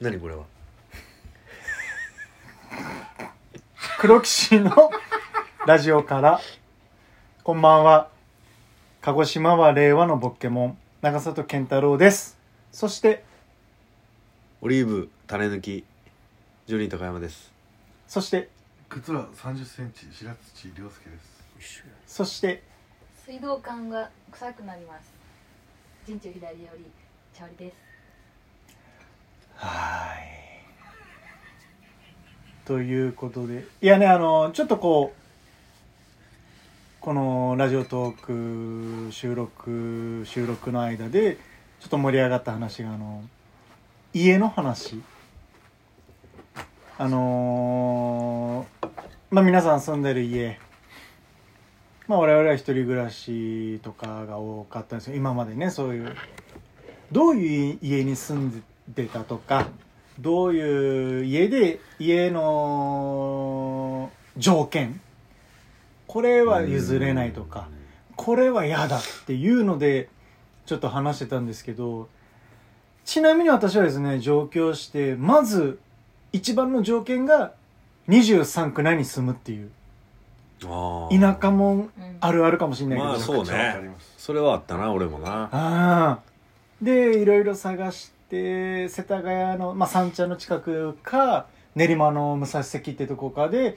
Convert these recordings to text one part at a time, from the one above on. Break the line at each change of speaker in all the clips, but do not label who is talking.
何これは
黒騎士の ラジオからこんばんは鹿児島は令和のボッケモン長里健太郎ですそして
オリーブ種抜きジョニー高山です
そして
靴は三十センチ白土涼介です。
そして
水道管が臭くなります人中左より調理です
はいということでいやねあのちょっとこうこのラジオトーク収録収録の間でちょっと盛り上がった話があの家の話あのーまあ皆さん住んでる家まあ我々は一人暮らしとかが多かったんですよ今までねそういうどういう家に住んでたとかどういう家で家の条件これは譲れないとかこれは嫌だっていうのでちょっと話してたんですけどちなみに私はですね上京してまず一番の条件が23区内に住むっていう
あー
田舎も
うん
あるあるかもしれないけど、
まあそう
めちゃくちゃわかり
ね
ます
それはあったな俺もな
ああでいろいろ探して世田谷の、まあ、三茶の近くか練馬の武蔵関ってとこかで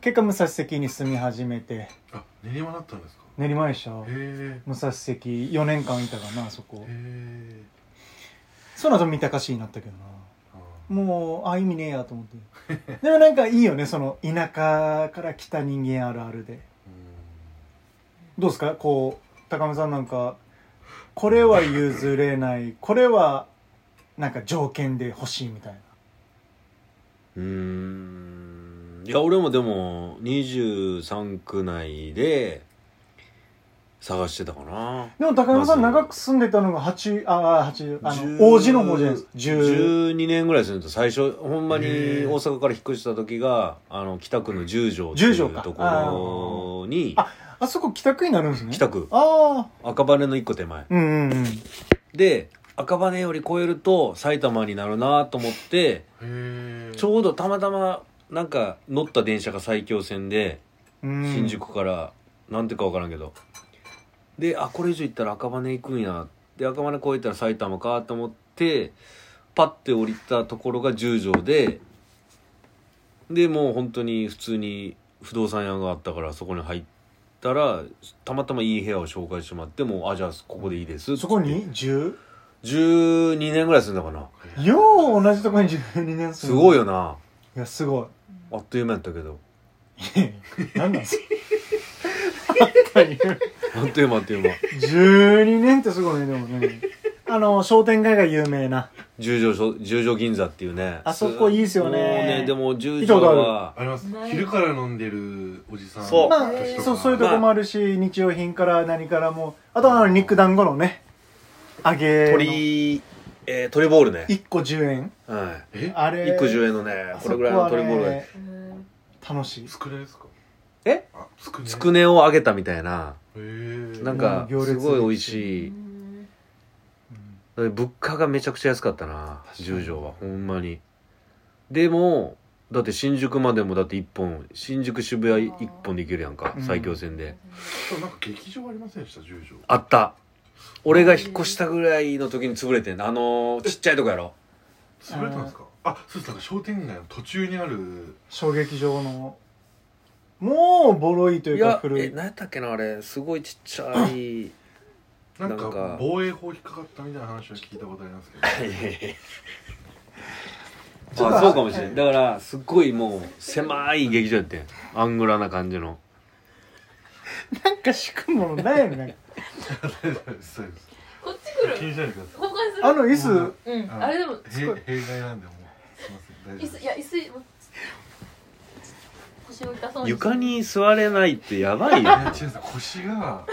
結果武蔵関に住み始めて
あ、練馬だったんですか。
練馬でしょ
へえ。
武蔵関4年間いたかなあそこ
へえ。
その後三鷹市になったけどな
あ
もうあ意味ねえやと思ってでもなんかいいよねその田舎から来た人間あるあるでどうですかこう高見さんなんかこれは譲れないこれはなんか条件で欲しいみたいな
うーんいや俺もでも23区内で探してたかな
でも高山さん
まず
長く住んでたのが八あ八あ
10
の王子の方じゃないですか十
12年ぐらい住んでた最初ほんまに
へー
大阪から引っ越した時があの北区の十条って
十
い
条
う
か
ところに
ああそこ北区になるんですね
北区
ああ
赤羽の一個手前
うんうんうん
で赤羽より超えると埼玉になるなと思って
ーへえ。
ちょうどたまたまなんか乗った電車が埼京線で
うん
新宿からなんてか分からんけどであこれ以上行ったら赤羽行くんやで赤羽越えたら埼玉かと思ってパッて降りたところが十条ででもう本当に普通に不動産屋があったからそこに入ったらたまたまいい部屋を紹介してもらってもうあじゃあここでいいです
そこ
っ
に十
て12年ぐらい住んだかな
よう同じとこに十二年
すごいよ
よ
ない
やすごい
あっという間やったけど
いやいや何なんですか
あっという間あっという間
12年ってすごいねでもねあの商店街が有名な
十条商十条銀座っていうね
あそこいいっすよ
も
ね
うねでも十
行った
条
ことある
は
あります
な。い
昼から飲んでるおじさん。
そう
まあ
たちとか
そうそういうとこもあるし日用品から何からもあとはあの肉団子のね揚げの
鳥、えー、鶏ボールね、
1個10円
は
え、
あ
い、
れ
1個10円のね
あ
こ
そ
れ
こ
ぐらいの
はね
鶏ボールが
楽しい
つくねですか。
え
あ、つくね。
つく。ねを揚げたみたいな
へえ。
なん
うん
か
行列
すごい美味しい
うん
物価がめちゃくちゃ安かったな
確かに
十条はほんまにでもだって新宿までもだって1本新宿渋谷1本で行けるやんか
うん
埼京線で、
そうなんか劇場ありませんでした、十条。
あった俺が引っ越したぐらいの時に潰れてんあのーちっちゃいとこやろ
潰れたんですか。あ、そうです。なんか商店街の途中にある。
衝撃場のもうボロいと
い
いうか
や
古
え
い
何やったっけなあれすごいちっちゃ い
なん
なんか
か防衛法引っかかったみたいな話は聞いたことありますけど。
ちょっと
あそうかもしれないだからすっごいもう狭い劇場やってんアングラな感じの
なんか敷くものないよねなんか
そうです。
こっち来
気
る
にしないでください。
交換する
あの椅子、
うん
うんあれでも
へ弊害なんでもうすいません大丈夫
椅
で
子い
す
や椅子腰を痛そうに
床に座れないってやばい
い
よ
や違うんですよ腰が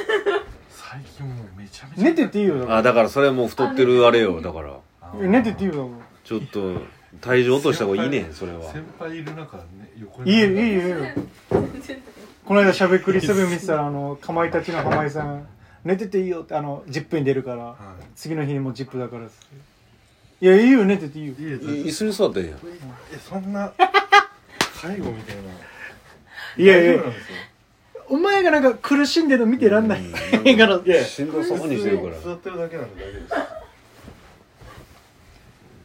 最近もうめちゃめちゃ
寝てっていいよ
あだからそれもう太ってるあれよだから
あー
寝てっていいよ
ちょっと体重落とした方がいいねんそれは
先輩いる中ね横
いいよいいよいい
よ
よ
全然
この間しゃべくり7見てたらあのかまいたちの浜井さん寝てていいよってあの ZIP に出るから次の日にもう ZIP だからっつっていやいいよねって言っていいよ
いいです
椅子に座ったらええやん
えそんな介護みたいない
やい
大丈夫
や
なんですよ
お前がなんか苦しんでるの見てらんない映画の
いやしんどそうにしてるか
座
ら
ってるだけなんで大丈夫です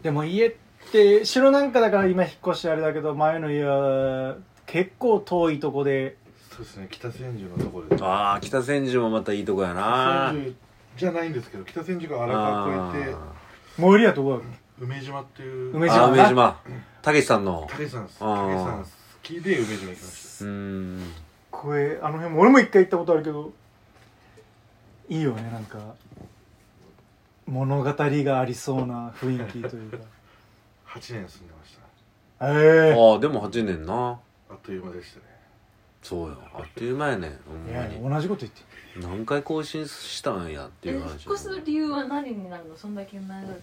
でも家って城なんかだから今引っ越しあれだけど前の家は結構遠いとこで
そうですね北千住のところです
ああ北千住もまたいいとこやな
北千住じゃないんですけど北千住が荒川越えて
最寄りやとこだ
梅島っていう
あ
梅
ー
島
あー梅島たけしさんの
武さんです
あ
武
ー
さん好きで梅島行きまし
うーん
これあの辺も俺も一回行ったことあるけどいいよねなんか物語がありそうな雰囲気というか
た8年住んでました
ええ
ああでも8年な
あっという間でしたね
そうやあっという間やねほん
い
ま
や
に
同じこと言って
何回更新したんやって
え
い
引
う
っ
話
越す理由は何になるのそんだけ長く
確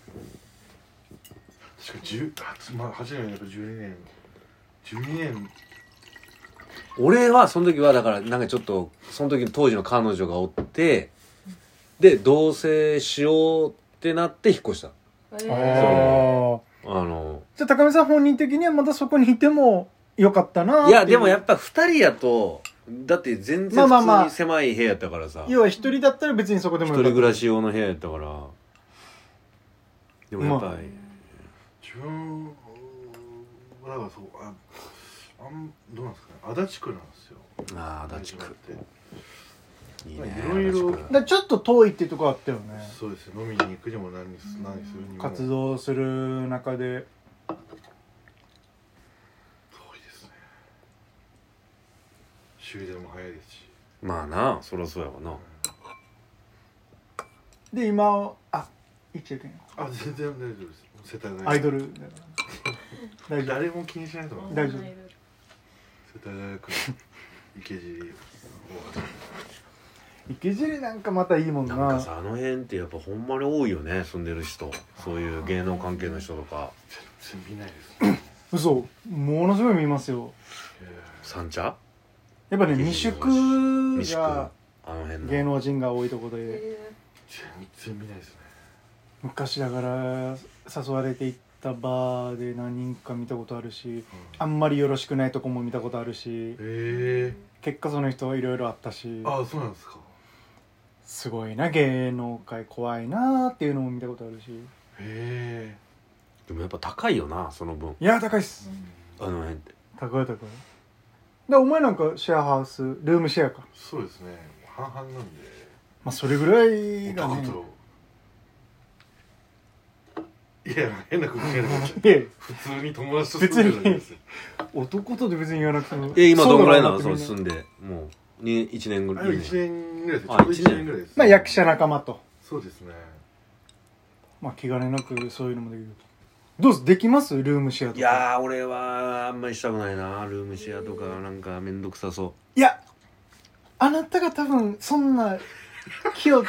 か10あまあ8年やっぱ12年12年
俺はその時はだからなんかちょっとその時の当時の彼女がおってで同棲しようってなって引っ越した
え
あ
ー
あ
あの
じゃあ高見さん本人的にはまたそこにいてもよかったなって
いうやでもやっぱ2人やとだって全然
まあまあ
普
ま
通
あ
に狭い部屋やったからさ一
要は一人だったら別にそこでもよか
人
った
暮らし用の部屋やったからでもやっぱり、
自分はだからそうああんどうなんですかね足立区なんですよ
ああ足立区
梅島って
いいね
いろいろ
足立
だ
区
からちょっと遠いってとこあったよね
そうですね飲みに行くにも何にす何するにも
活動する中で
遠いですね終電も早いですし
まあなそりゃそうやわな
で今あ言っちゃいけない
あ全然大丈夫です世田谷
アイドル だから大丈夫
誰も気にしないと思う世
大丈夫
田谷区の池尻
池尻なんかまたいいもんな
なんかさあの辺ってやっぱほんまに多いよね住んでる人そういう芸能関係の人とか
全然見ないですね
嘘ものすごい見ますよ
三茶
やっぱね
池
二
尻
宿
西区あ
が
の辺の
芸能人が多いとこで
え
全然見ないですね
昔だから誘われて行ったバーで何人か見たことあるしあんまりよろしくないとこも見たことあるし
え
結果その人いろいろあったし
ー、あそうなんですか
すごいな芸能界怖いなーっていうのも見たことあるしい
え
でもやっぱ高いよなその分
やー高いっす
あの辺って
高い高いでお前なんかシェアハウスルームシェアか
ー、そうですね半々なんで
まあそれぐらいが
男
ね
といや変な空気が出てき
い
た
や
普通に友達と住んでるだけですよ
男とで別に言わなくても
え今どんぐらいなの
そ
そうの
だろうなって
住
みん
んでもう2 1年ぐら
あ
い
1年ぐらいですちょ
あ
うど1
1年
年ぐらいです
まあ役者仲間と、
そうですね
まあ、気兼ねなくそういうのもできるとどうすできますルームシェアとか
いやー俺はあんまりしたくないなルームシェアとかなんかめんどくさそ
いやあなたが多分そんな気を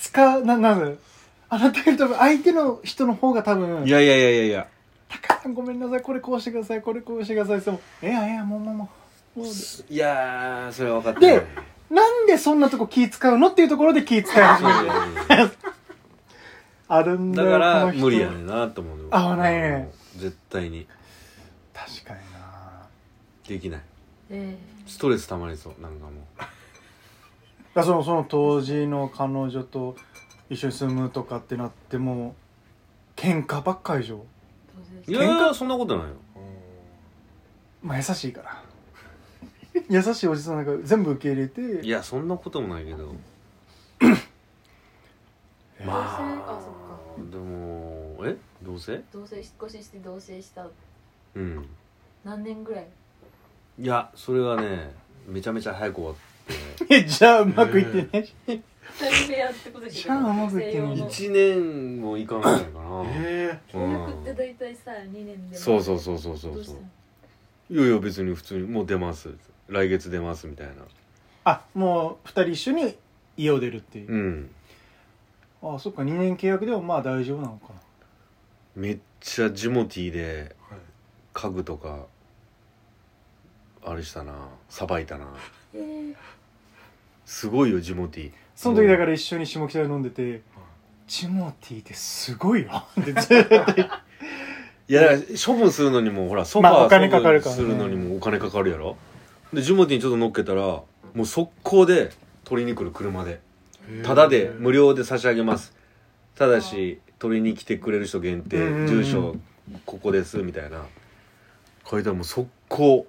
使うななんだろうあなたが多分相手の人の方が多分
ういやいやいやいやいや
高さんごめんなさいこれこうしてくださいこれこうしてくださいそういやいやもうもうもうも
いやーそれは分かって
でうなんでそんなとこ気使うのっていうところで気使い始める
る
ある んだ
だ
よ
から
この人
無理やねんなと思う
合わないね
うん絶対に
確かにな
できない
え
ストレスたまりそうなんかも
だからそのその当時の彼女と一緒に住むとかってなっても喧嘩ばっかりでしょ、
どうで
う
す
い
か
やーそんなことないよ
まあ、優しいから 優しいおじさんなんか全部受け入れて
いやそんなこともないけ どま
同棲
あ
あそっ
でもえ同棲
同棲引っ越しして同棲した
うん
何年ぐらい
いやそれはねめちゃめちゃ早く終わっ
え じゃあうまくいってないし、
二人部屋ってことでしょ
じゃあうまくいって
て
みる
1年もいかんぐらいか
う
なん
え
契約って大体さ2年で
そうそう
う
そうそうそう
どう
そ
し
う
たの
いやいや別に普通にもう出ます来月出ますみたいな
あもう2人一緒に家を出るっていう、
うん
あそっか2年契約でもまあ大丈夫なのかな
めっちゃジモティーで
ーはい
家具とかあれしたなさばいたな
えー
すごいよジモティー
その時だから一緒に下北で飲んでて、チモティってすごいよってず っと言って
いや処分するのにもほらソフ
まあ
ァ
お金
ー
か
処
かる
分
から
するのにもお金かかるやろでジュモティにちょっと乗っけたらもう速攻で取りに来る車でタダで無
理
料で差し上げますただし取りに来てくれる人限定
うんうんうん
住所ここですみたいな書いたらもう速攻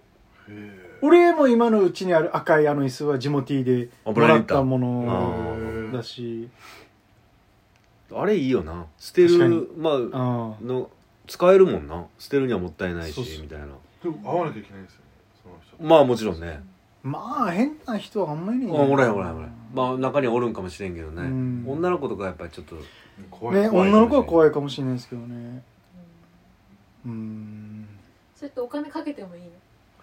俺も今のうちにある赤いあの椅子はジモティで
あ
も
ブライ
ら
ン
っ
タ
たも
あ
の
ー
だし
あれいいよな捨てる
確
ま
う
あ
ん
の使えるもんな捨てるにはもったいないし
そうそう
みたいな
でも会わなきゃいけないですよねその人
まあもちろんね
まあ変な人はあんまりいない
あ
んじゃな
おら
い
へんおらへんおらへんまあ中にはおるんかもしれんけどね
うん
女の子とかやっぱりちょっと
怖い
ね
怖い
女の子は怖いかもしれないですけどねうーん
それってお金かけてもいいの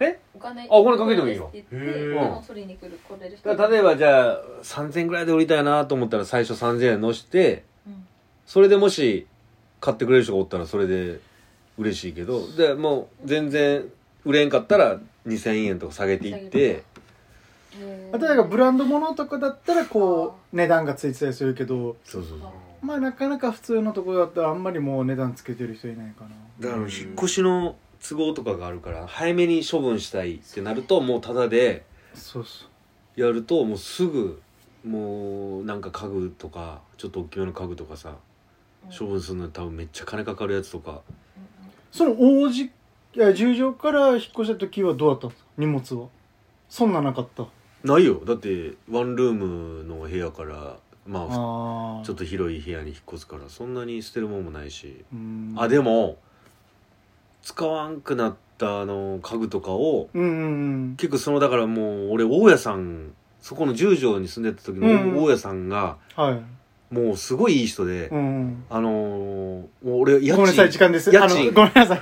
え
お金あ
お金かけてもいいよ
って
へ
言って
ー
でも取りに来る来れる人
だから例えばじゃあ3000円ぐらいで売りたいなと思ったら最初3000円のして
うん
それでもし買ってくれる人がおったらそれで嬉しいけどでもう全然売れんかったら2000円とか下げていって
へ
あ
ー
となんかブランド物とかだったらこう値段がついてたりするけど
そうそうそう
まあなかなか普通のところだったらあんまりもう値段つけてる人いないかな
だから引っ越しの都合とかがあるから早めに処分したいってなるともうタダで
そうそう
やるともうすぐもうなんか家具とかちょっと大きめの家具とかさ
うん
処分するのに多分めっちゃ金かかるやつとか
その王子いや十条から引っ越した時はどうだったんですか荷物はそんななかった
ないよだってワンルームの部屋からまあ
ああ
ちょっと広い部屋に引っ越すからそんなに捨てるもんもないし
うん
あでも使わんくなったあの家具とかを
うんうん
結構そのだからもう俺大家さんそこの十条に住んでた時
うん
の大家さんが
うんはい
もうすごいいい人で、
うんうん
あのーもう俺家
ごめんなさい時
賃
間です
家賃
あのごめんなさい